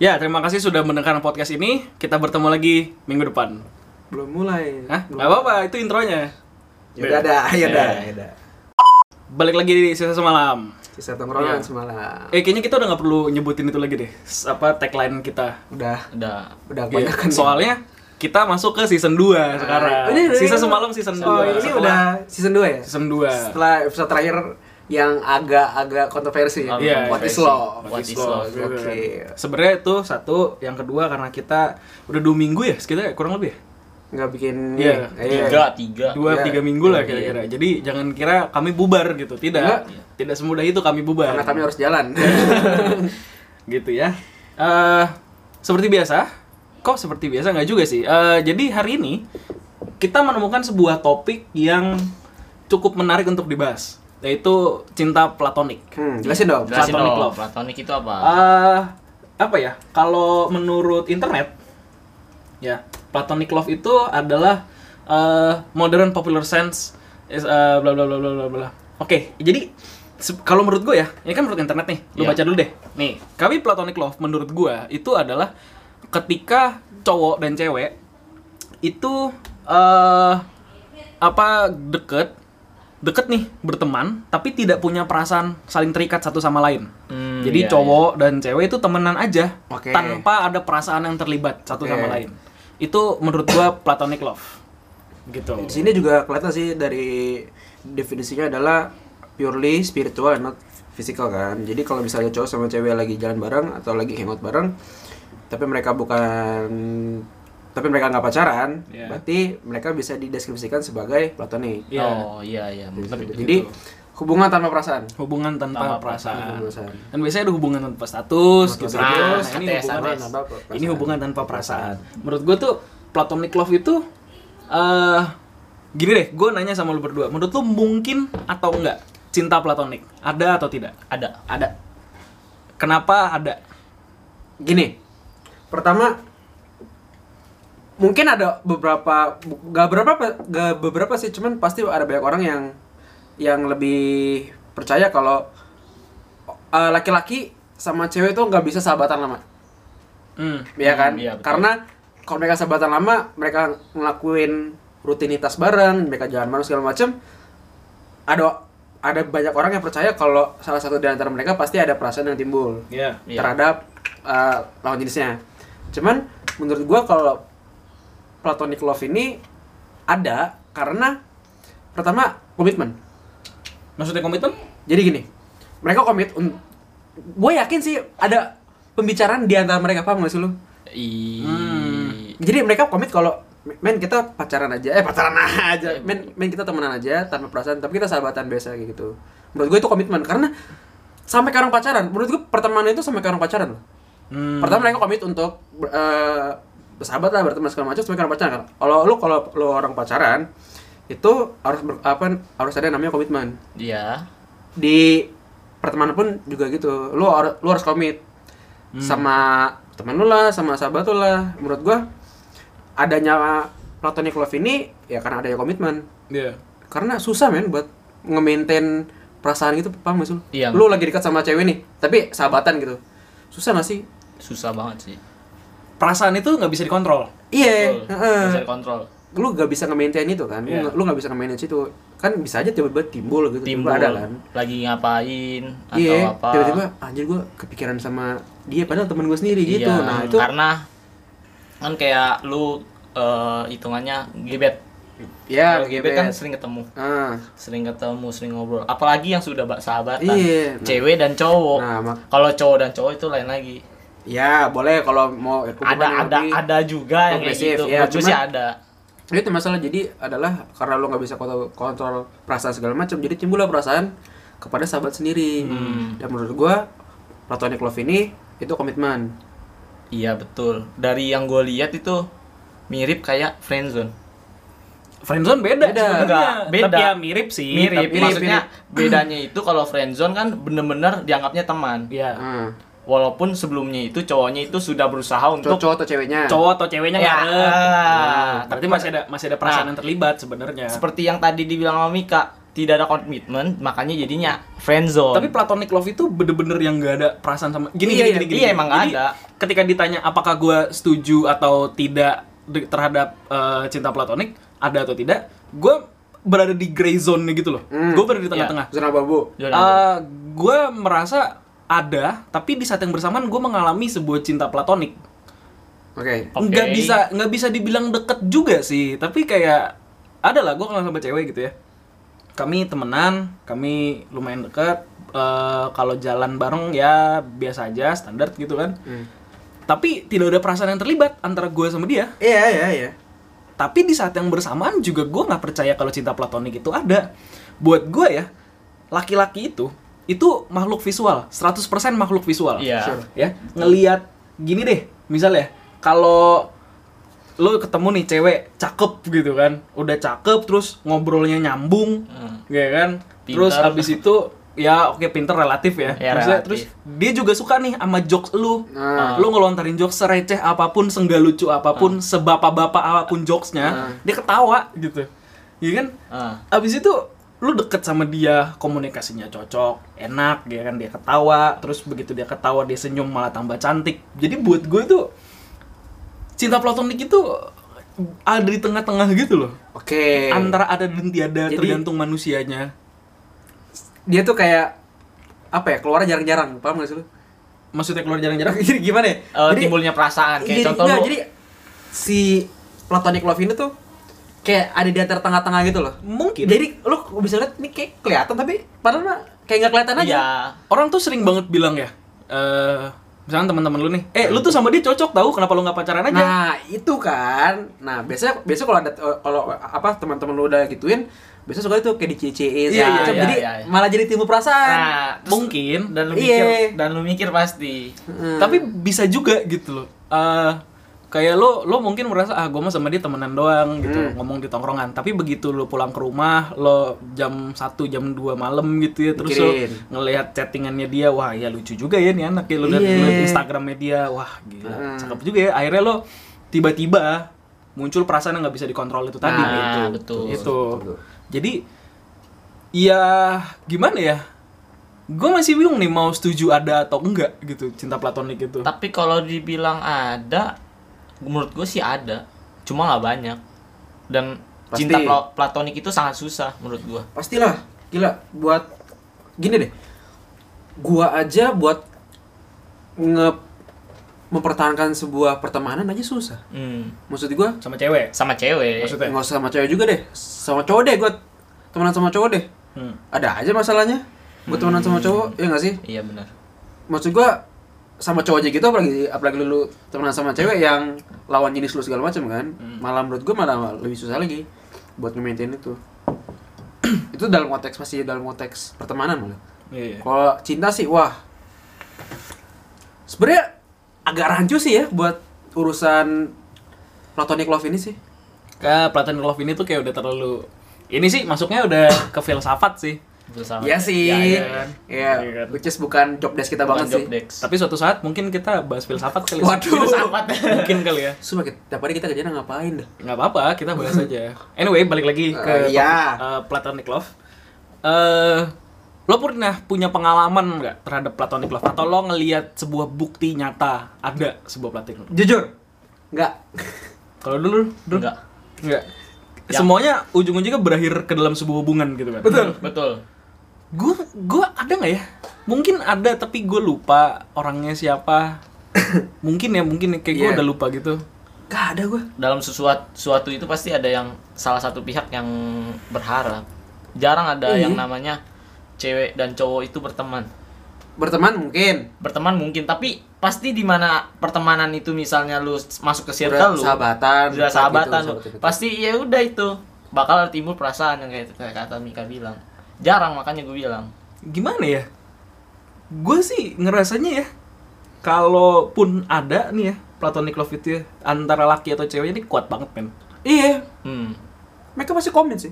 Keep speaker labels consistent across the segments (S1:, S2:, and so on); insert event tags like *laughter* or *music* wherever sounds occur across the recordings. S1: Ya, terima kasih sudah mendengarkan podcast ini. Kita bertemu lagi minggu depan.
S2: Belum mulai.
S1: Hah?
S2: Belum.
S1: Nggak apa-apa, itu intronya.
S2: Yaudah, dah, yaudah,
S1: Ya.
S2: yaudah.
S1: Balik lagi di sisa semalam.
S2: Sisa
S1: Iya.
S2: tongkrongan semalam.
S1: Eh, kayaknya kita udah nggak perlu nyebutin itu lagi deh. S- Apa tagline kita.
S2: Udah,
S3: Udah.
S2: udah
S1: Iya,
S2: banyak kan. Ah,
S1: Soalnya kita masuk ke season 2 sekarang.
S2: Oh, Ini- ini-
S1: sisa semalam season 2.
S2: Oh, ini udah season 2 ya?
S1: season 2.
S2: Setelah episode terakhir yang agak-agak kontroversi ya.
S1: Iya,
S2: What is
S3: kontroversi.
S2: love?
S3: What is love?
S2: Oke.
S1: Sebenarnya itu satu, yang kedua karena kita udah dua minggu ya, sekitar kurang lebih ya.
S2: Nggak bikin
S1: Iya.
S2: Iya.
S3: Tiga, tiga.
S1: Dua
S2: Iya.
S1: tiga minggu lah kira-kira. Jadi jangan kira kami bubar gitu, tidak.
S2: Nggak.
S1: Tidak semudah itu kami bubar.
S2: Iya. Karena kami harus jalan.
S1: *laughs* Iya. gitu ya. Eh seperti biasa, kok seperti biasa nggak juga sih. Eh, jadi hari ini kita menemukan sebuah topik yang cukup menarik untuk dibahas, yaitu cinta platonik.
S2: *laughs* hmm, jelasin dong.
S1: Jelas.
S3: Jelasin
S1: Platonic
S3: dong,
S1: love.
S3: Platonic itu apa?
S2: Ah,
S1: eh apa ya? Kalau menurut internet, ya platonic love itu adalah eh, modern popular sense is eh, bla bla bla bla bla bla. Oke, jadi se- kalau menurut gue ya, ini kan menurut internet nih. Lu
S3: Iya.
S1: baca dulu deh. Nih, kami platonic love menurut gue itu adalah ketika cowok dan cewek itu eh apa deket deket nih berteman tapi tidak punya perasaan saling terikat satu sama lain
S3: Hmm,
S1: jadi
S3: iya,
S1: cowok dan cewek itu temenan aja
S2: Oke.
S1: tanpa ada perasaan yang terlibat satu
S2: Oke.
S1: sama lain itu menurut gua platonic love gitu
S2: Di sini juga kelihatan sih dari definisinya adalah purely spiritual not physical kan. Jadi kalau misalnya cowok sama cewek lagi jalan bareng atau lagi hangout bareng tapi mereka bukan tapi mereka nggak pacaran,
S1: Iya.
S2: berarti mereka bisa dideskripsikan sebagai
S1: Iya.
S2: platonic.
S1: Gitu.
S3: Oh, iya iya. Bener.
S2: Jadi hubungan tanpa perasaan.
S1: hubungan tanpa
S3: Tanpa
S1: perasaan
S2: perasaan. Perasaan.
S1: dan biasanya ada hubungan tanpa status
S2: Tanpa
S1: gitu
S3: status,
S1: Nah, ini
S3: ATS,
S1: hubungan
S2: ATS. Tanpa perasaan.
S1: ini hubungan tanpa perasaan menurut gua tuh platonic love itu eh gini deh gua nanya sama lu berdua menurut lu mungkin atau enggak cinta platonik ada atau tidak
S3: Ada.
S1: ada kenapa ada
S2: Gini, pertama mungkin ada beberapa bu- nggak berapa nggak beberapa sih cuman pasti ada banyak orang yang yang lebih percaya kalau uh, laki-laki sama cewek tuh nggak bisa sahabatan lama
S1: hmm.
S2: ya kan
S3: iya, betul.
S2: karena kalau mereka sahabatan lama mereka ngelakuin rutinitas bareng mereka jalan bareng segala macem ada ada banyak orang yang percaya kalau salah satu di antara mereka pasti ada perasaan yang timbul
S1: ya
S3: Iya.
S2: terhadap uh, lawan jenisnya. Cuman menurut gua kalau platonic love ini ada karena pertama komitmen.
S1: maksudnya komitmen
S2: Jadi gini, mereka komit. Gue yakin sih ada pembicaraan di antara mereka paham gak sih lu?
S3: I...
S2: Hmm.
S3: Iya.
S2: Jadi mereka komit kalau men kita pacaran aja, eh pacaran *laughs* aja, men men kita temenan aja tanpa perasaan, tapi kita sahabatan biasa kayak gitu. Menurut gue itu komitmen karena sampai ke orang pacaran, menurut gue pertemanan itu sampai ke orang pacaran. loh.
S1: Hmm.
S2: Pertama mereka komit untuk ber- eh, bersahabat lah, berteman segala macam, sebagai orang pacaran. kan? Kalau lu kalau lu orang pacaran itu harus ber- apa harus ada namanya komitmen.
S3: Iya.
S2: Di pertemanan pun juga gitu. Lu har- lu harus komit
S3: Hmm.
S2: sama teman lu lah, sama sahabat lu lah. Menurut gua adanya platonic love ini ya karena adanya komitmen.
S1: Iya.
S2: Karena susah men buat nge-maintain perasaan gitu, paham gak sih lu?
S3: Iya.
S2: Lu lagi dekat sama cewek nih, tapi sahabatan gitu. Susah gak sih?
S3: Susah banget sih.
S1: Perasaan itu nggak bisa dikontrol.
S2: Iya,
S3: Betul.
S2: heeh.
S3: Bisa kontrol.
S2: lu gak bisa nge-maintain itu kan, Lu
S1: Iya.
S2: nggak- lu gak bisa nge-manage itu kan bisa aja tiba-tiba timbul gitu,
S3: Timbul.
S2: tiba ada kan
S3: Lagi ngapain atau
S2: iya,
S3: apa?
S2: tiba-tiba anjir gue kepikiran sama dia padahal temen gue sendiri
S3: Iya,
S2: gitu, nah itu
S3: karena kan kayak lu eh, hitungannya gebet.
S2: ya
S3: Kalau gebet kan sering ketemu.
S2: Ah,
S3: sering ketemu, sering ngobrol. Apalagi yang sudah ba- sahabatan,
S2: Iya.
S3: cewek dan cowok.
S2: Nah, mak-
S3: Kalau cowok dan cowok itu lain lagi.
S2: ya boleh kalau mau ya, hubungan
S3: Ada
S2: yang
S3: ada
S2: lebih-
S3: ada juga yang kayak
S2: progresif,
S3: gitu.
S2: ya,
S3: Menurut gue sih
S2: cuman-
S3: ada.
S2: itu masalah jadi adalah karena lu nggak bisa kontrol, kontrol perasaan segala macam jadi timbullah perasaan kepada sahabat sendiri
S3: Hmm.
S2: dan menurut gue platonic love ini itu komitmen
S3: Iya betul. Dari yang gue lihat itu mirip kayak friendzone.
S1: Friendzone beda,
S2: Beda.
S1: sebenarnya.
S3: Enggak, beda.
S1: Tapi ya mirip sih. Tapi,
S3: Mirip,
S2: mirip,
S3: maksudnya bedanya itu kalau friendzone kan bener-bener dianggapnya teman.
S1: ya.
S2: Ah,
S3: Walaupun sebelumnya itu cowoknya itu sudah berusaha untuk
S2: cowok atau ceweknya
S1: Cowok atau ceweknya
S3: Ya.
S1: ngarep.
S3: Ah.
S1: Berarti masih ada masih ada perasaan
S3: Nah. Iya.
S1: yang terlibat sebenarnya.
S3: seperti yang tadi dibilang sama Mika tidak ada komitmen makanya jadinya friendzone
S1: Tapi platonic love itu bener-bener yang gak ada perasaan sama gini
S3: Iya,
S1: gini gini.
S3: iya, emang nggak
S1: Jadi,
S3: ada.
S1: Ketika ditanya apakah gue setuju atau tidak de- terhadap eh, cinta platonik, ada atau tidak, gue berada di gray zone-nya gitu loh.
S2: Hmm.
S1: Gue berada di tengah-tengah.
S2: Zona babu.
S3: Zona
S1: gue Eh, merasa ada, tapi di saat yang bersamaan gue mengalami sebuah cinta platonik.
S2: Oke.
S3: Oke.
S1: Nggak bisa nggak bisa dibilang deket juga sih, tapi kayak ada lah gue kenal sama cewek gitu ya. Kami temenan, kami lumayan deket. eh, kalau jalan bareng ya biasa aja, standar gitu kan.
S2: Hmm.
S1: Tapi tidak ada perasaan yang terlibat antara gue sama dia.
S2: Iya iya iya.
S1: Tapi di saat yang bersamaan juga gue nggak percaya kalau cinta platonik itu ada. Buat gue ya, laki-laki itu itu makhluk visual, 100% makhluk visual.
S3: Iya.
S2: Sure.
S1: Ya, ngelihat gini deh, misalnya kalau lo ketemu nih cewek cakep gitu kan, udah cakep terus ngobrolnya nyambung,
S3: Hmm.
S1: ya kan? Terus
S3: Pinter.
S1: abis itu ya oke pinter relatif ya.
S3: Ya,
S1: Maksudnya,
S3: relatif.
S1: terus dia juga suka nih sama jokes lu.
S2: Nah.
S1: Lu ngelontarin jokes sereceh apapun, senggal lucu
S3: Nah.
S1: apapun, sebapa-bapak apapun jokesnya, dia ketawa gitu. Iya kan?
S3: Ah.
S1: Abis itu lu deket sama dia, komunikasinya cocok, enak, dia kan dia ketawa, terus begitu dia ketawa dia senyum malah tambah cantik. Jadi buat gue tuh cinta platonik itu ada di tengah-tengah gitu loh.
S2: Oke.
S1: Antara ada dan tiada
S2: Jadi-
S1: tergantung manusianya.
S2: Dia tuh kayak apa ya? Keluar jarang-jarang, paham gak sih lu?
S1: Maksudnya keluar jarang-jarang.
S2: *laughs* Jadi gimana ya?
S3: Eh,
S2: Jadi-
S3: timbulnya perasaan kayak
S2: jadi,
S3: contoh
S2: enggak,
S3: lu
S2: jadi si platonic love ini tuh kayak ada di antara tengah-tengah gitu loh.
S1: Mungkin.
S2: Jadi lu bisa lihat nih kayak kelihatan tapi padahal mah kayak nggak kelihatan aja.
S3: iya
S1: orang tuh sering banget bilang ya eh misalnya teman-teman lu nih eh lu tuh sama dia cocok tahu kenapa lu nggak pacaran aja
S2: Nah, itu kan. Nah, biasanya biasanya kalau ada eh, kalau apa teman-teman lu udah gituin, biasanya suka itu kayak dicece
S1: Iya, iya, iya,
S2: E jadi
S3: iya, iya.
S2: malah jadi timbul perasaan.
S3: nah terus-
S1: mungkin
S3: dan lu
S2: Iya.
S3: mikir dan lu mikir pasti
S2: Hmm.
S1: tapi bisa juga gitu loh Eh, kayak lo lo mungkin merasa ah gue mah sama dia temenan doang gitu
S2: Hmm.
S1: ngomong di tongkrongan tapi begitu lo pulang ke rumah lo jam 1 jam 2 malam gitu ya terus lo
S2: Mikirin.
S1: ngelihat chattingannya dia wah ya lucu juga ya nih anak ya lo lihat
S2: Iya. Hmm.
S1: lihat Instagramnya dia wah gila cakep juga ya akhirnya lo tiba-tiba muncul perasaan yang nggak bisa dikontrol itu tadi
S3: Nah,
S1: gitu.
S3: betul.
S1: itu jadi ya gimana ya gue masih bingung nih mau setuju ada atau enggak gitu cinta platonik itu
S3: tapi kalau dibilang ada menurut gue sih ada cuma nggak banyak dan
S2: Pasti.
S3: cinta pla- platonik itu sangat susah menurut gue
S2: Pastilah, gila buat gini deh. Gua aja buat nge mempertahankan sebuah pertemanan aja susah.
S3: hmm.
S2: Maksud gua
S1: sama cewek Iya.
S3: sama cewek
S1: maksudnya
S2: nggak usah sama cewek juga deh sama cowok deh gue temenan sama cowok deh
S1: Hmm.
S2: ada aja masalahnya gue temenan sama cowok ya nggak sih
S3: iya benar
S2: maksud gue sama cowok aja gitu apalagi apalagi lu temenan sama cewek yang lawan jenis lu segala macam kan
S3: Hmm.
S2: malah menurut gue malah lebih susah lagi buat nge-maintain itu *clears throat* itu dalam konteks masih dalam konteks pertemanan malah
S1: Iya,
S3: Ya.
S1: iya.
S2: kalau cinta sih wah sebenarnya agak rancu sih ya buat urusan platonic love ini sih
S1: Ke Platonic Love ini tuh kayak udah terlalu ini sih masuknya udah ke filsafat sih.
S3: bersama
S2: Iya sih.
S3: Ya,
S2: Iya,
S3: iya,
S1: kan? Iya kan?
S2: which is bukan job desk kita
S3: bukan
S2: banget
S3: job
S2: sih.
S3: desk.
S1: Tapi suatu saat mungkin kita bahas filsafat kali.
S2: Waduh.
S3: Filsafat.
S1: Mungkin kali ya.
S2: Sumpah, kita- tiap hari kita kerjanya ngapain dah?
S1: nggak apa-apa kita bahas aja anyway balik lagi ke
S2: Eh,
S1: topik,
S2: iya.
S1: eh, platonic love eh lo pernah punya pengalaman nggak terhadap platonic love atau lo ngelihat sebuah bukti nyata ada sebuah platonic love
S2: Jujur. *laughs* Enggak.
S1: kalau dulu dulu
S3: enggak
S1: nggak
S3: Ya.
S1: semuanya ujung-ujungnya berakhir ke dalam sebuah hubungan gitu kan betul
S3: betul
S1: gue gue ada nggak ya mungkin ada tapi gue lupa orangnya siapa mungkin ya mungkin ya, kayak gue
S2: Iya.
S1: udah lupa gitu
S2: Enggak ada gua.
S3: dalam sesuatu suatu itu pasti ada yang salah satu pihak yang berharap jarang ada
S2: Iya.
S3: yang namanya cewek dan cowok itu berteman
S2: Berteman mungkin.
S3: berteman mungkin tapi pasti di mana pertemanan itu misalnya lu s- masuk ke
S2: Udah
S3: circle lu
S2: sahabatan.
S3: udah
S2: gitu,
S3: sahabatan lu,
S2: sahabatan.
S3: pasti ya udah itu bakal timbul perasaan yang kayak kayak kata Mika bilang jarang makanya gue bilang
S1: gimana ya gue sih ngerasanya ya kalaupun ada nih ya platonic love itu ya, antara laki atau cewek ini kuat banget men
S2: Iya,
S3: hmm
S2: mereka pasti komen sih.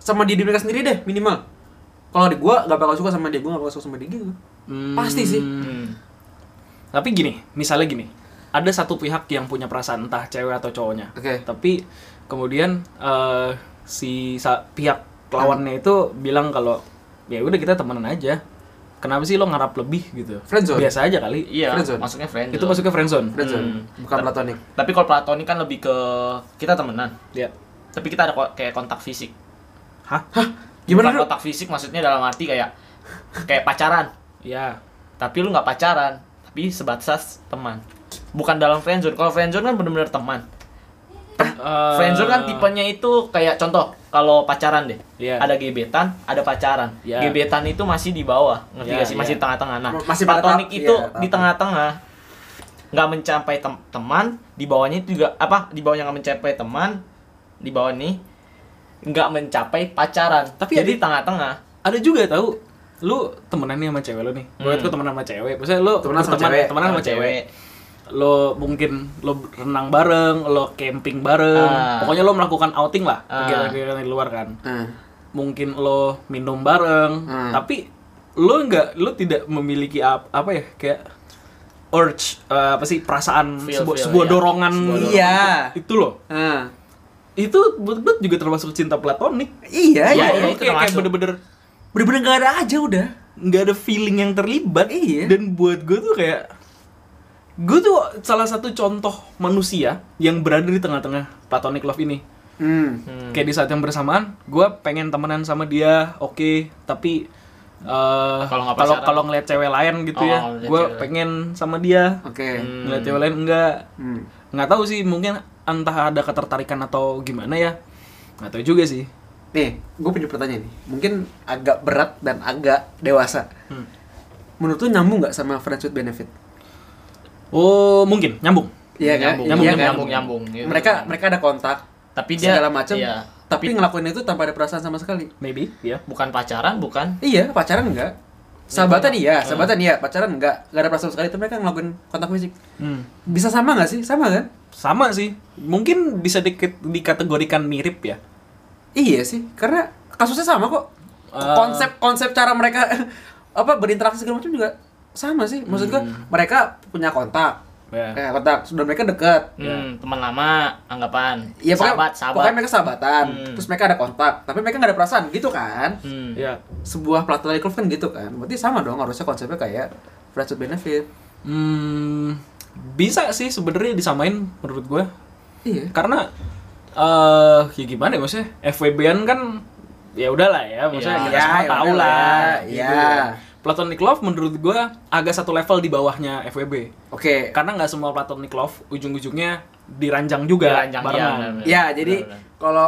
S2: Sama diri mereka sendiri deh minimal. Kalau di gua gak bakal suka sama dia, gua gak bakal suka sama dia gitu. Pasti sih.
S3: hmm.
S1: tapi gini misalnya gini ada satu pihak yang punya perasaan entah cewek atau cowoknya
S2: Oke.
S1: tapi kemudian eh, si sa- pihak lawannya itu bilang kalau ya udah kita temenan aja. Kenapa sih lo ngarap lebih gitu?
S2: Friendzone.
S1: Biasa aja kali.
S3: Iya,
S2: Friendzone.
S3: masuknya friend.
S1: Itu masuk ke friendzone.
S2: Friendzone,
S3: Hmm.
S2: bukan platonik.
S3: Tapi kalau platonik kan lebih ke kita temenan.
S1: Ya.
S3: Tapi kita ada ko- kayak kontak fisik.
S1: Hah?
S2: Gimana
S3: Bukan
S2: dok?
S3: kontak fisik maksudnya dalam arti kayak kayak pacaran.
S1: Ya.
S3: Tapi lu nggak pacaran, tapi sebatas teman. Bukan dalam friendzone. Kalau friendzone kan benar-benar teman.
S1: Eh,
S3: Friendzone kan tipenya itu kayak contoh kalau pacaran deh.
S1: Iya.
S3: Ada gebetan, ada pacaran.
S1: Iya.
S3: Gebetan itu masih di bawah, ngerti
S1: Iya,
S3: gak sih? Masih
S1: iya.
S3: di tengah-tengah. Nah,
S2: Masih pada
S3: platonik
S2: tahap-
S3: itu
S2: iya, tahap.
S3: di tengah-tengah. Nggak mencapai tem- teman, di bawahnya itu juga apa? Di bawahnya nggak mencapai teman, di bawah nih nggak mencapai pacaran.
S1: Tapi
S3: jadi
S1: ada-
S3: tengah-tengah.
S1: ada juga ya, tahu lu temenan nih sama cewek lu nih. Gue
S3: Hmm.
S1: tuh temenan sama cewek. Maksudnya lu
S2: Temenan sama
S1: berteman-
S2: cewek.
S1: temenan sama cewek. lo mungkin lo renang bareng, lo camping bareng,
S3: Ah.
S1: pokoknya lo melakukan outing lah,
S3: Ah.
S1: kegiatan-kegiatan di luar kan.
S2: Nah,
S1: Mungkin lo minum bareng,
S2: Hmm.
S1: tapi lo nggak, lo tidak memiliki ap- apa ya kayak urge eh, apa sih perasaan
S3: Feel,
S1: sebuah,
S3: feel,
S1: sebuah
S3: iya.
S1: dorongan
S3: Sebuah
S1: itu-
S2: Iya.
S1: itu loh
S2: nah.
S1: itu menurut gue juga termasuk cinta platonik
S2: Iya,
S3: Iya,
S2: iya.
S1: Lo- lo kayak,
S3: itu
S1: kayak
S3: termasuk.
S1: bener-bener
S2: Bener-bener gak ada aja udah.
S1: nggak ada feeling yang terlibat
S2: Iya.
S1: dan buat gue tuh kayak gue tuh salah satu contoh manusia yang berada di tengah-tengah platonic love ini
S2: Hmm.
S3: Hmm.
S1: kayak di saat yang bersamaan gue pengen temenan sama dia oke tapi eh,
S3: Kalau nggak
S1: kalau
S3: pacaran.
S1: kalau ngeliat cewek lain gitu
S3: Oh,
S1: ya
S3: ngeliat
S1: gue
S3: cewek.
S1: pengen sama dia
S2: Oke.
S3: Hmm.
S1: ngeliat cewek lain enggak
S2: Hmm.
S1: nggak tahu sih mungkin entah ada ketertarikan atau gimana ya nggak tahu juga sih
S2: Nih, gue punya pertanyaan nih. Mungkin agak berat dan agak dewasa.
S1: Hmm.
S2: Menurut lu nyambung nggak sama friends with benefit?
S1: oh mungkin nyambung
S2: Iya kan?
S1: Nyambung,
S2: Iya
S1: nyambung,
S2: kan?
S1: nyambung,
S3: nyambung, gitu.
S2: Mereka mereka ada kontak
S3: Tapi dia
S2: segala macam.
S3: iya.
S2: Tapi ngelakuin itu tanpa ada perasaan sama sekali.
S1: maybe ya
S3: bukan pacaran, bukan
S2: Iya, pacaran enggak? Sahabatan iya, sahabatan iya, pacaran enggak, enggak ada perasaan sama sekali, tapi mereka ngelakuin kontak fisik.
S1: Hmm.
S2: Bisa sama nggak sih? Sama kan?
S1: sama sih mungkin bisa dike- dikategorikan mirip ya
S2: Iya sih, karena kasusnya sama kok.
S1: Eh.
S2: Konsep-konsep cara mereka *laughs* apa berinteraksi segala macam juga sama sih. Maksud gua,
S3: Hmm.
S2: mereka punya kontak.
S1: Ya.
S2: Eh, kontak, sudah mereka dekat.
S3: Iya.
S1: Iya.
S3: Hmm, teman lama, anggapan.
S2: Iya, pokoknya,
S3: sahabat,
S2: pokoknya
S3: sahabat.
S2: mereka sahabatan.
S3: Hmm.
S2: Terus mereka ada kontak, tapi mereka nggak ada perasaan gitu kan?
S3: Hmm.
S1: ya
S2: Sebuah platonic love kan gitu kan. Berarti sama dong harusnya konsepnya kayak friends with benefit.
S1: Hmm, bisa sih sebenarnya disamain menurut gue
S2: Iya.
S1: karena eh ya gimana ya maksudnya FWB-an kan ya udahlah ya maksudnya
S3: Ya,
S1: kita semua
S2: ya
S1: tahu
S2: udahlah,
S1: lah
S2: ya.
S1: gitu. Platonic love menurut gue agak satu level di bawahnya FWB
S2: Oke.
S1: karena nggak semua platonic love ujung-ujungnya diranjang juga
S3: Diranjang, iya,
S1: barengan.
S3: benar-benar.
S2: Ya, jadi
S3: Benar-benar.
S2: kalau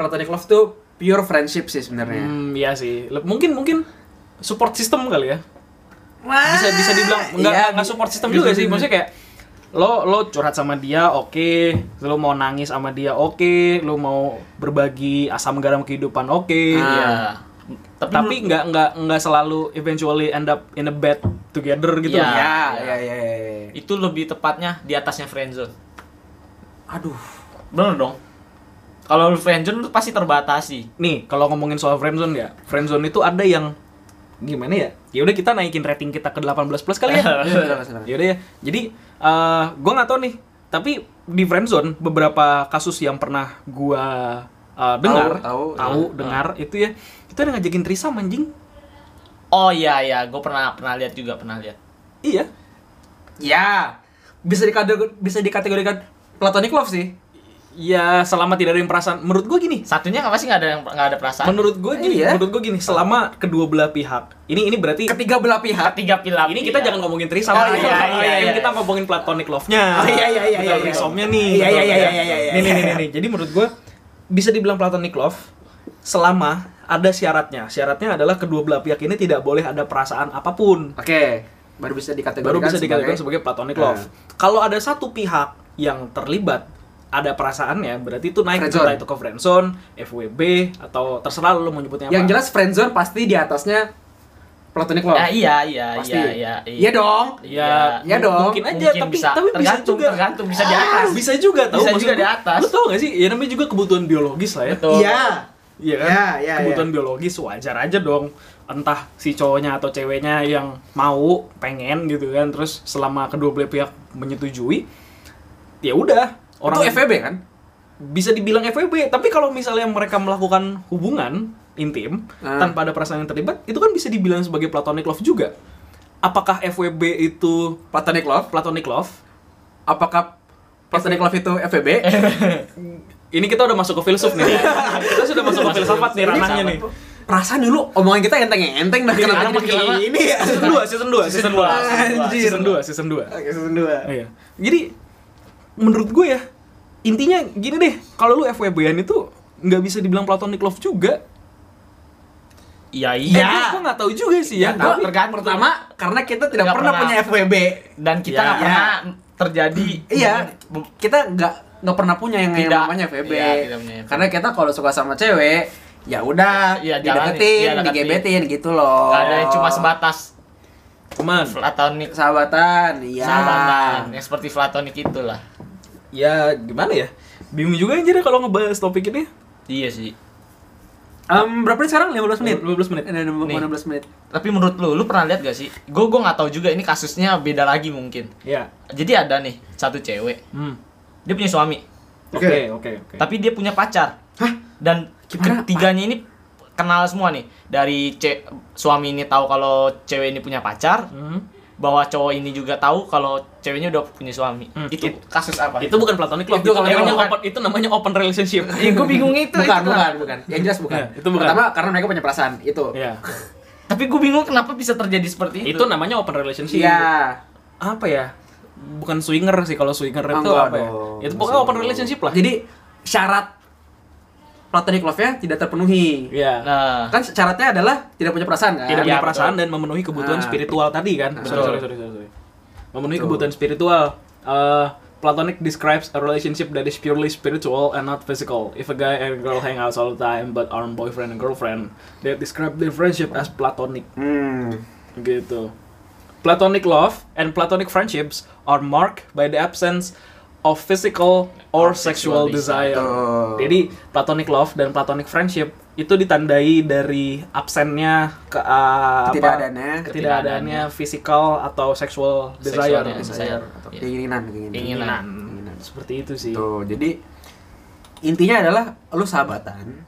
S2: platonic love tuh pure friendship sih sebenarnya.
S1: Hmm, iya sih Le- mungkin mungkin support system kali ya bisa bisa dibilang nggak
S2: Iya,
S1: nggak
S2: bi-
S1: support system
S2: bisa
S1: juga sih
S2: dibilang.
S1: maksudnya kayak lo lo curhat sama dia oke lo mau nangis sama dia oke lo mau berbagi asam garam kehidupan oke
S2: Ah.
S3: Iya. Tapi,
S1: tapi nggak nggak nggak selalu eventually end up in a bed together gitu
S3: Iya.
S1: loh.
S2: Ya, ya,
S3: Ya.
S2: ya, ya, ya.
S3: itu lebih tepatnya di atasnya friendzone.
S2: Aduh.
S3: Bener dong. Kalau lu friendzone lu pasti
S1: *laughs*
S3: terbatasi.
S1: nih kalau ngomongin soal friendzone ya friendzone itu ada yang gimana ya ya udah kita naikin rating kita ke 18 plus
S3: *laughs*
S1: kali ya
S2: Silakan, silakan.
S1: Yaudah ya. Jadi eh gue nggak tahu nih. Tapi di friendzone beberapa kasus yang pernah gue dengar,
S2: Tahu, iya. tahu,
S1: tahu, dengar itu ya itu ada ngajakin trisam anjing.
S3: Oh iya iya, gue pernah pernah lihat juga pernah lihat.
S1: Iya.
S2: Ya. Bisa dikategorikan bisa dikategorikan platonic love sih.
S1: Ya selama tidak ada yang perasaan. Menurut gue gini.
S3: Satunya nggak pasti nggak ada yang nggak ada perasaan.
S1: Menurut gue gini.
S2: Iya.
S1: Menurut gue gini. Selama kedua belah pihak. Ini ini berarti.
S2: Ketiga belah pihak.
S3: Ketiga pilar.
S1: Ini kita jangan ngomongin trisam.
S2: Oh, iya,
S3: iya,
S1: Ini
S3: iya.
S1: Kita ngomongin platonic love-nya.
S2: Oh, iya, iya, iya,
S1: Bukan
S2: iya.
S1: threesome-nya nih.
S2: Iya, iya, iya, iya, iya, iya.
S1: Nih, nih, nih, nih, nih. Jadi menurut gue bisa dibilang platonic love selama ada syaratnya. Syaratnya adalah kedua belah pihak ini tidak boleh ada perasaan apapun.
S2: Oke. Baru bisa
S1: Baru
S2: dikategorikan
S1: bisa dikatakan
S2: sebagai- Iya.
S1: sebagai platonic love. Kalau ada satu pihak yang terlibat ada perasaannya, berarti itu naik
S2: Friendzone.
S1: entah itu ke friendzone, FWB, atau terserah lo mau nyebutnya apa.
S2: Yang jelas friendzone pasti di atasnya platonic love.
S3: Ya, iya iya
S2: Pasti.
S3: iya iya.
S2: Iya dong.
S1: Ya,
S2: Iya
S1: mung-
S2: dong.
S1: Mungkin aja,
S3: Mungkin
S1: tapi
S3: bisa.
S1: tapi bisa
S3: Tergantung,
S1: juga.
S3: tergantung. Bisa di atas.
S1: Ah, bisa juga tahu.
S3: Bisa
S1: maksud
S3: juga di
S1: gua.
S3: atas.
S1: Lu tau gak sih? Ya namanya juga kebutuhan biologis lah ya.
S3: Betul.
S2: Iya.
S1: Iya kan?
S2: Iya, iya,
S1: kebutuhan biologis wajar aja dong. Entah si cowoknya atau ceweknya yang mau, pengen gitu kan. Terus selama kedua belah pihak menyetujui, ya udah.
S2: Itu FVB kan?
S1: bisa dibilang FWB, tapi kalau misalnya mereka melakukan hubungan intim
S2: Ah.
S1: tanpa ada perasaan yang terlibat itu kan bisa dibilang sebagai platonic love juga apakah FWB itu
S2: Platonic love?
S1: platonic love
S2: Apakah platonic love itu
S3: *laughs*
S2: FVB?
S1: ini kita udah masuk ke filsuf nih
S2: *laughs*
S1: kita sudah masuk ke filsafat nih ranahnya nih
S2: Perasaan dulu omongan kita enteng-enteng dah kenapa jadi
S3: sekarang Iya, makin
S2: kayak
S3: lama.
S2: gini ya?
S1: season 2 season 2 season 2
S2: Anjir.
S1: season 2 season 2
S2: *laughs* Oke, season 2.
S1: Iya. Jadi menurut gue ya intinya gini deh, kalau lu FWB-an itu nggak bisa dibilang platonic love juga.
S3: Iya
S1: Eh,
S3: iya.
S1: gue- gue nggak tahu juga sih ya.
S2: Tahu
S1: Tapi-
S2: tergantung Iya, pertama karena kita tidak
S3: Nggak
S2: pernah,
S3: pernah.
S2: punya FWB.
S3: Dan kita
S2: Iya.
S3: nggak pernah
S1: *clears throat*
S3: terjadi.
S2: Iya, kita nggak nggak pernah punya yang, yang
S3: Tidak.
S2: namanya FWB.
S3: Iya, tidak punya FWB.
S2: karena kita kalau suka sama cewek ya udah
S3: Iya, jalanin. Iya,
S2: dideketin,
S3: deketin.
S2: digebetin gitu loh.
S3: Nggak ada yang cuma sebatas
S1: Cuman
S3: platonik.
S2: sahabatan, iya.
S3: Sahabatan. Yang seperti platonik itulah.
S1: ya gimana ya? Bingung juga anjir ya kalau ngebahas topik ini.
S3: Iya sih.
S2: Em, berapa menit sekarang? 15 menit.
S1: 15 menit.
S2: Ada 15 menit.
S3: Tapi menurut lu, lu pernah lihat gak sih? Gue gue nggak tahu juga ini kasusnya beda lagi mungkin.
S1: Ya.
S3: Jadi ada nih satu cewek,
S1: Hmm.
S3: dia punya suami,
S1: Oke, oke, oke.
S3: tapi dia punya pacar.
S2: Hah?
S3: Dan
S2: Gimana?
S3: ketiganya ini kenal semua nih. Dari ce- suami ini tahu kalau cewek ini punya pacar,
S1: Hmm.
S3: bahwa cowok ini juga tahu kalau ceweknya udah punya suami.
S1: Hmm.
S3: Itu kasus apa?
S1: Itu bukan platonic love. Itu,
S2: Itu kalau
S1: namanya
S2: bukan.
S1: open, itu namanya open relationship.
S3: Ya, gue bingung itu.
S2: bukan,
S3: itu
S2: bukan,
S3: kenapa.
S2: bukan. Yang jelas bukan.
S1: Iya, itu bukan.
S2: Pertama karena mereka punya perasaan, itu.
S1: *laughs* Iya.
S3: Tapi gue bingung kenapa bisa terjadi seperti itu.
S1: itu namanya open relationship.
S2: Iya.
S1: Apa ya? Bukan swinger sih kalau swinger
S2: Oh,
S1: itu
S2: enggak
S1: apa ya?
S2: dong.
S1: Itu pokoknya open
S2: Masih-
S1: relationship lah.
S2: Jadi syarat platonic love-nya tidak terpenuhi.
S1: Iya.
S3: Nah,
S2: Kan syaratnya adalah tidak punya perasaan kan?
S1: tidak
S3: Iya,
S1: punya
S3: betul.
S1: perasaan dan memenuhi kebutuhan
S2: Nah.
S1: spiritual tadi kan.
S2: Nah.
S1: Sorry,
S3: Betul.
S1: sorry, sorry, sorry, sorry. Memenuhi
S2: Betul.
S1: kebutuhan spiritual. Eh, platonic describes a relationship that is purely spiritual and not physical. If a guy and girl hang out all the time but aren't boyfriend and girlfriend, they describe their friendship as platonic.
S2: Hmm.
S1: Gitu. Platonic love and platonic friendships are marked by the absence of physical or sexual
S3: Sexual
S1: desire.
S2: Betul.
S1: Iya. Jadi platonic love dan platonic friendship itu ditandai dari absennya ke uh, apa,
S2: Ketidakadaannya.
S1: ketidakadaannya physical atau sexual desire.
S3: Sexual ya,
S2: Desire atau
S3: Iya.
S2: keinginan, keinginan.
S3: Keinginan.
S1: Keinginan.
S2: Keinginan.
S1: Seperti itu sih.
S2: Tuh, jadi intinya adalah lu sahabatan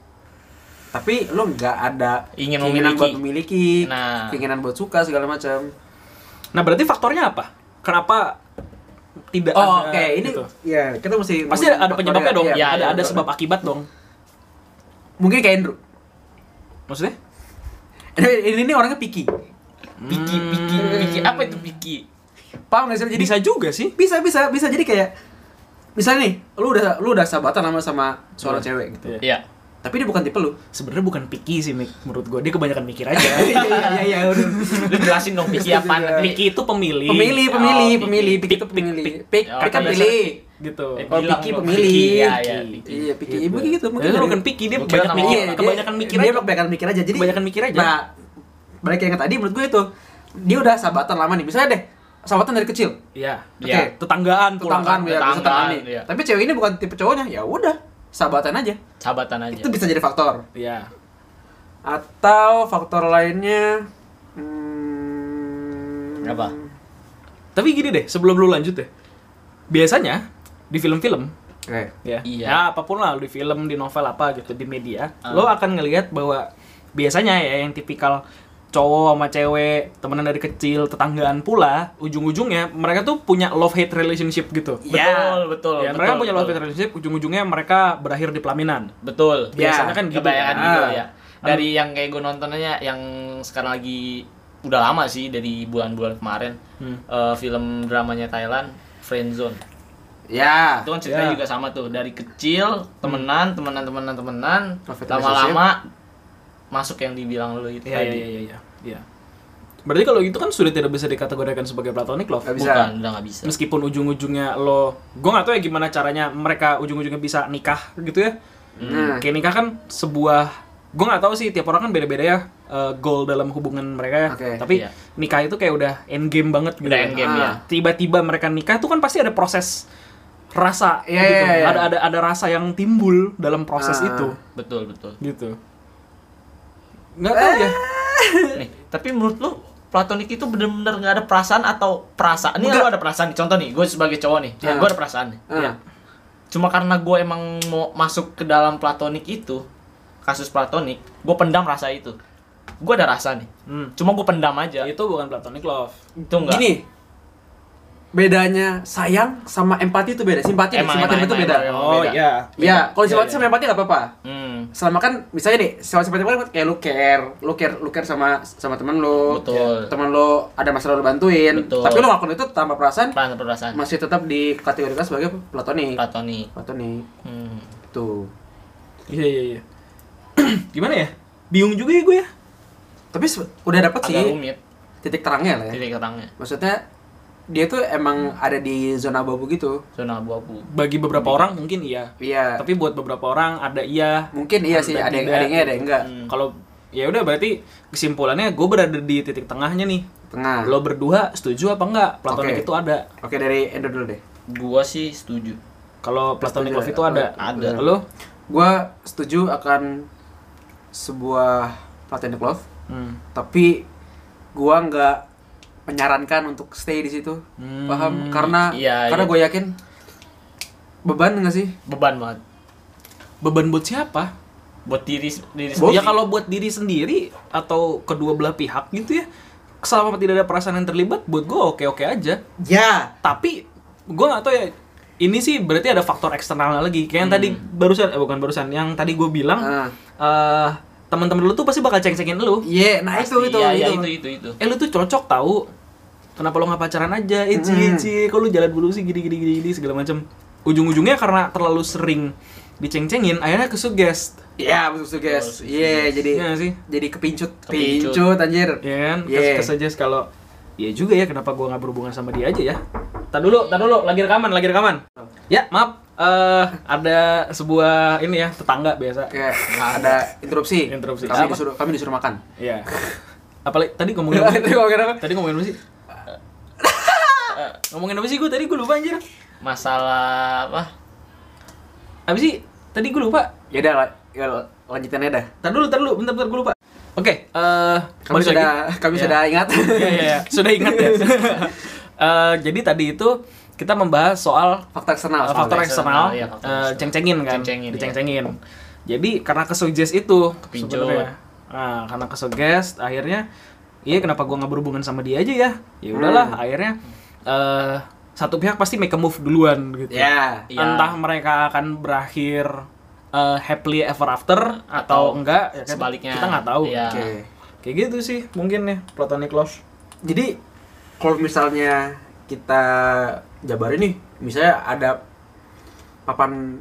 S2: tapi lu nggak ada
S3: Ingin
S2: keinginan
S3: memiliki.
S2: buat memiliki,
S3: Nah.
S2: keinginan buat suka segala macam.
S1: Nah, berarti faktornya apa? Kenapa tidak ada
S2: Oh, oke, ini
S1: gitu?
S2: ya kita mesti
S1: Pasti ada, ada penyebabnya dong.
S2: Iya,
S3: Ya,
S1: ada
S3: iya,
S1: ada
S2: betul.
S1: sebab akibat dong.
S2: Mungkin kayak Andrew.
S1: Maksudnya?
S2: Ini, ini orangnya picky.
S3: hmm. piki, piki, piki. Apa itu piki?
S2: Paham nggak sih? Jadi
S1: bisa juga sih.
S2: bisa bisa bisa jadi kayak misalnya nih, lu udah lu udah sahabatan sama sama seorang cewek gitu.
S1: Iya.
S3: Iya.
S2: Tapi dia bukan tipe lu.
S1: Sebenarnya bukan picky sih, Mik. Menurut gue dia kebanyakan mikir
S2: *laughs*
S1: aja.
S2: Iya iya iya udah.
S3: Lu jelasin dong piki apaan. Piki.
S1: picky itu pemilih.
S2: Pemilih, pemilih,
S3: Oh, picky.
S2: pemilih, picky
S1: Pick,
S2: itu pemilih.
S1: pick,
S2: Pick,
S3: Oh,
S2: pick kan
S3: kan biasa
S2: pilih.
S1: Gitu.
S3: Eh,
S2: Oh,
S3: bilang
S2: picky
S3: dong,
S2: pemilih.
S3: Iya, iya.
S1: Picky.
S2: Iya, picky. Ibu kayak gitu, mungkin
S1: Jadi
S2: dari-
S1: bukan picky, dia
S3: Mungkin
S1: kebanyakan
S3: sama-
S1: mikir,
S3: Iya,
S1: kebanyakan mikir
S2: dia
S1: aja.
S2: kebanyakan mikir aja jadi
S1: Kebanyakan mikir aja.
S2: nah balik yang tadi menurut gue itu dia udah sahabatan lama nih misalnya deh sahabatan dari kecil
S1: Iya.
S3: Iya. kan,
S1: Oke, tetanggaan pula.
S2: tetanggaan ya bisa
S3: tetanggaan,
S2: tetanggaan nih
S3: iya.
S2: tapi cewek ini bukan tipe cowoknya ya udah sahabatan aja
S3: Sahabatan aja.
S2: itu bisa jadi faktor
S1: Iya.
S2: atau faktor lainnya hmm,
S3: Apa?
S1: Tapi gini deh, sebelum lu lanjut deh. Biasanya di film-film
S2: oke
S1: ya.
S3: Iya.
S1: Ya, apapun lah di film, di novel apa gitu, di media,
S3: Ah.
S1: lo akan ngelihat bahwa biasanya ya yang tipikal cowok sama cewek, temenan dari kecil, tetanggaan pula, ujung-ujungnya mereka tuh punya love hate relationship gitu.
S2: Iya.
S3: Betul, betul.
S1: Ya,
S3: betul,
S1: mereka punya love
S3: betul.
S1: hate relationship, ujung-ujungnya mereka berakhir di pelaminan.
S3: Betul.
S1: Biasanya kan gitu.
S3: Iya, Kebanyakan
S1: kan.
S3: gitu
S2: Ah.
S3: ya. Dari yang kayak gue nontonnya ya, yang sekarang lagi udah lama sih dari bulan-bulan kemarin
S1: Hmm.
S3: Eh, film dramanya Thailand Friendzone.
S2: ya
S3: Itu kan ceritanya
S1: Ya. Hmm.
S3: juga sama tuh dari kecil temenan temenan temenan temenan
S2: Love hate
S3: lama-lama masuk yang dibilang lu itu
S1: Iya, iya,
S3: tadi.
S2: gitu.
S1: iya, iya, iya. Berarti kalau gitu kan sudah tidak bisa dikategorikan sebagai platonic love.
S2: Nggak bisa.
S3: Bukan, udah nggak bisa.
S1: Meskipun ujung-ujungnya lo, gue gak tau ya gimana caranya mereka ujung-ujungnya bisa nikah gitu ya.
S3: Hmm,
S2: nah
S1: Kayak nikah kan sebuah, gue gak tahu sih tiap orang kan beda-beda ya eh, goal dalam hubungan mereka ya.
S2: Oke,
S1: Tapi
S3: iya.
S1: nikah itu kayak udah end game banget gitu.
S3: Udah
S1: kan.
S3: end game
S2: Ah.
S3: ya.
S1: Tiba-tiba mereka nikah itu kan pasti ada proses rasa
S2: Iya,
S1: gitu.
S2: iya, iya.
S1: Ada ada ada rasa yang timbul dalam proses
S2: Ah.
S1: itu
S3: Betul, betul.
S1: gitu. Nggak tahu
S2: Eh.
S1: ya.
S3: Nih, tapi menurut lu platonik itu bener-bener nggak ada perasaan atau perasaan? Ini
S2: Nggak.
S3: lu ada perasaan nih. Contoh nih, gue sebagai cowok nih, ya,
S2: Ah.
S3: gue ada perasaan nih.
S2: Ah.
S3: Cuma karena gue emang mau masuk ke dalam platonik itu, kasus platonik gue pendam rasa itu gue ada rasa nih
S1: Hmm.
S3: cuma gue pendam aja itu,
S1: Itu bukan platonic love.
S2: Gitu.
S3: enggak
S2: Gini. Bedanya sayang sama empati itu beda. Simpati,
S3: Emang,
S2: simpati
S3: emang,
S2: itu
S3: emang,
S2: beda.
S3: emang, emang.
S1: Oh
S3: beda.
S1: iya.
S2: Iya, kalau
S1: Iya,
S2: simpati
S1: iya.
S2: sama empati nggak apa-apa.
S3: hmm,
S2: selama kan misalnya nih selama seperti kan kayak lu care lu care lu care sama sama teman lu
S3: Betul.
S2: teman lu ada masalah lu bantuin
S3: Betul.
S2: tapi lu ngelakuin itu tanpa perasaan
S3: perasaan perasaan
S2: masih tetap dikategorikan sebagai platonik
S3: platonik
S2: platonik
S3: hmm.
S2: tuh
S1: Iya iya iya. *clears throat* Gimana ya? Bingung juga ya gue ya.
S2: tapi se- udah dapet sih
S3: agak rumit
S2: titik terangnya lah ya
S3: titik Hmm. terangnya
S2: maksudnya dia tuh emang ada di zona abu-abu gitu
S3: zona abu-abu
S1: Bagi beberapa orang mungkin iya.
S2: iya
S1: Tapi buat beberapa orang ada iya.
S2: mungkin iya sih
S1: Ada
S2: ada yang
S1: tidak.
S2: ada yang iya, ada yang enggak
S3: Hmm.
S1: Kalau ya udah berarti kesimpulannya gue berada di titik tengahnya nih.
S2: tengah
S1: Lo berdua setuju apa enggak platonik
S2: Oke.
S1: itu ada?
S2: oke dari Endo dulu deh
S3: gua sih setuju
S1: Kalau platonic
S2: Setuju,
S1: love itu ada.
S3: ada.
S1: Lo?
S2: gua setuju akan sebuah platonic love
S1: Hmm.
S2: tapi gua nggak menyarankan untuk stay di situ
S1: Hmm,
S2: paham karena
S3: iya,
S2: karena
S3: iya.
S2: gue yakin beban nggak sih
S3: beban banget
S1: Beban buat siapa?
S3: buat diri diri
S2: Bos.
S3: sendiri
S1: Ya kalau buat diri sendiri atau kedua belah pihak gitu ya. Selama tidak ada perasaan yang terlibat buat gue oke-oke aja.
S2: ya
S1: tapi gue nggak tahu ya ini sih berarti ada faktor eksternalnya lagi kayak yang tadi barusan eh, bukan barusan yang tadi gue bilang
S2: nah
S1: eh teman-teman lu tuh pasti bakal ceng-cengin lu
S2: iya nah itu itu,
S3: Iya, iya,
S2: itu.
S3: itu itu itu
S1: eh lu tuh cocok tahu kenapa lu nggak pacaran aja ici
S2: Hmm.
S1: ici kok lu jalan dulu sih gini gini gini, gini, segala macam ujung-ujungnya karena terlalu sering diceng-cengin akhirnya kesugest
S2: ya betul guys
S3: Betul,
S2: iya
S3: sugest.
S2: jadi
S1: Iya nggak sih
S2: jadi kepincut
S3: Kepincut.
S2: pincut anjir
S1: ya kan
S2: Iya.
S1: kes kesugest kalau Iya juga ya, kenapa gua nggak berhubungan sama dia aja ya? Tar dulu, tar dulu, lagi rekaman, lagi rekaman. Ya, maaf, eh ada sebuah ini ya tetangga biasa.
S2: Kayak Iya, ada interupsi
S1: Interupsi.
S2: kami
S1: Apa?
S2: disuruh kami disuruh makan
S1: Iya. Apalagi tadi ngomongin apa?
S2: *laughs* Itu
S1: sih?
S2: ngomongin apa?
S1: tadi ngomongin apa sih? Eh, ngomongin apa sih gue tadi gue lupa anjir.
S3: masalah apa
S1: Apa sih? Tadi gue lupa.
S2: ya udah la- ya lanjutin aja dah
S1: Tar dulu, tar dulu, bentar bentar gue lupa. Oke, eh
S2: kami
S1: balik
S2: sudah
S1: lagi.
S2: kami
S1: Iya.
S2: sudah ingat
S1: Iya, iya, iya. sudah ingat ya. Eh, jadi tadi itu kita membahas soal
S2: *laughs* fakta eksternal
S1: uh, faktor
S3: Ah, faktor
S1: eksternal,
S3: eksternal, iya, faktor
S1: uh,
S3: eksternal.
S1: ceng-cengin kan,
S3: Ceng-cengin, iya.
S1: diceng-cengin. Jadi karena kesugest itu
S3: Kepincut.
S1: sebenarnya. Nah, karena kesugest akhirnya iya kenapa gua nggak berhubungan sama dia aja ya? Ya udahlah,
S3: Hmm.
S1: akhirnya eh satu pihak pasti make a move duluan gitu.
S2: ya
S3: Iya.
S1: Entah mereka akan berakhir eh, happily ever after atau,
S3: Atau
S1: enggak ya kan?
S3: sebaliknya.
S1: Kita nggak tahu.
S3: Iya.
S2: oke
S1: Kayak gitu sih mungkin ya platonic love.
S2: Jadi kalau misalnya kita jabarin nih, misalnya ada papan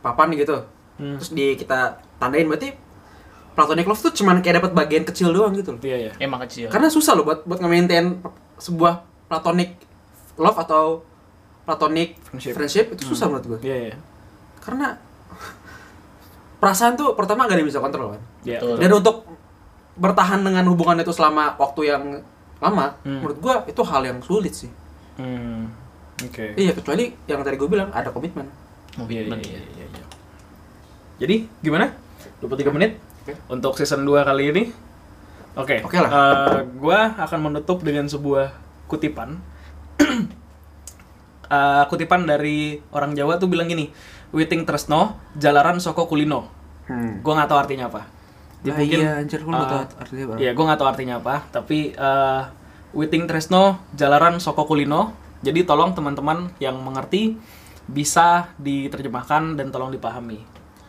S2: papan gitu,
S1: Hmm.
S2: terus di kita tandain berarti platonic love tuh cuman kayak dapat bagian kecil doang gitu loh.
S1: Iya ya.
S3: emang kecil
S2: Karena susah loh buat buat nge-maintain sebuah platonic love atau platonic
S1: Friendship.
S2: friendship, itu susah menurut gue.
S1: Iya ya.
S2: Karena perasaan tuh pertama gak ada yang bisa kontrol kan.
S1: Iya.
S3: Betul.
S2: Dan untuk bertahan dengan hubungan itu selama waktu yang lama,
S1: Hmm.
S2: menurut gua itu hal yang sulit sih.
S1: Hmm. Oke.
S2: Iya, kecuali yang tadi gua bilang ada komitmen.
S1: Iya,
S3: Komitmen,
S1: iya,
S3: iya.
S1: iya, iya. Jadi gimana? 23 menit
S2: Oke.
S1: untuk season 2 kali ini. Oke.
S2: Oke lah.
S1: eh, gua akan menutup dengan sebuah kutipan. *clears throat* Eh, kutipan dari orang Jawa tuh bilang gini, Witing Tresno, Jalaran Soko Kulino. Gua nggak tahu artinya apa.
S2: Lah iya, anjir, gua nggak tahu artinya apa.
S1: Ya, ah, Iya, gua nggak tahu artinya apa, tapi eh, Witing Tresno, Jalaran Soko Kulino. Jadi tolong teman-teman yang mengerti bisa diterjemahkan dan tolong dipahami.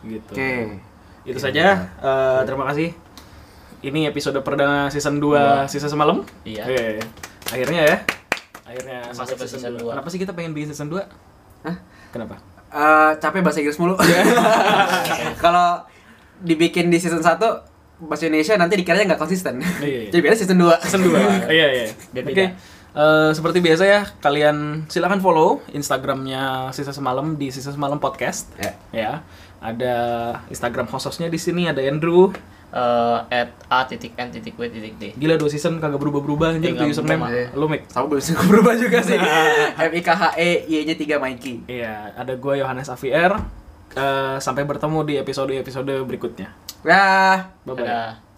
S1: Gitu.
S2: Oke.
S1: Itu saja. Eh, terima kasih. Ini episode perdana season 2 sisa semalam.
S3: Iya.
S1: Oke. Akhirnya ya. Akhirnya
S3: Masuk
S1: sampai
S3: ke season
S1: dua.
S3: dua.
S1: Kenapa sih kita pengen bikin season 2?
S2: Hah?
S1: Kenapa?
S2: Eh, capek bahasa Inggris mulu.
S1: Iya.
S2: *laughs* Kalau dibikin di season 1 bahasa Indonesia nanti dikiranya nggak konsisten.
S1: Iya, iya.
S2: Jadi biasanya season 2.
S1: Season 2. *laughs* Iya, iya.
S3: Biar
S1: Oke.
S3: beda.
S1: Eh, seperti biasa ya, kalian silakan follow Instagramnya Sisa Semalam di Sisa Semalam Podcast.
S2: *laughs* Ya.
S1: Ya, ada Instagram hostnya di sini ada Andrew.
S3: Eh, at a titik n titik w titik d
S1: Gila dua season kagak berubah-berubah anjir
S3: Tinggal
S1: tuh username.
S2: berubah.
S1: Lu Mik.
S2: Sama belum bisa berubah juga
S1: *laughs*
S2: sih. M I K H E Y nya 3 Mikey.
S1: Iya, ada gue Yohanes Avier. Eh, sampai bertemu di episode-episode berikutnya.
S2: Dah.
S1: Bye bye.
S3: Dadah.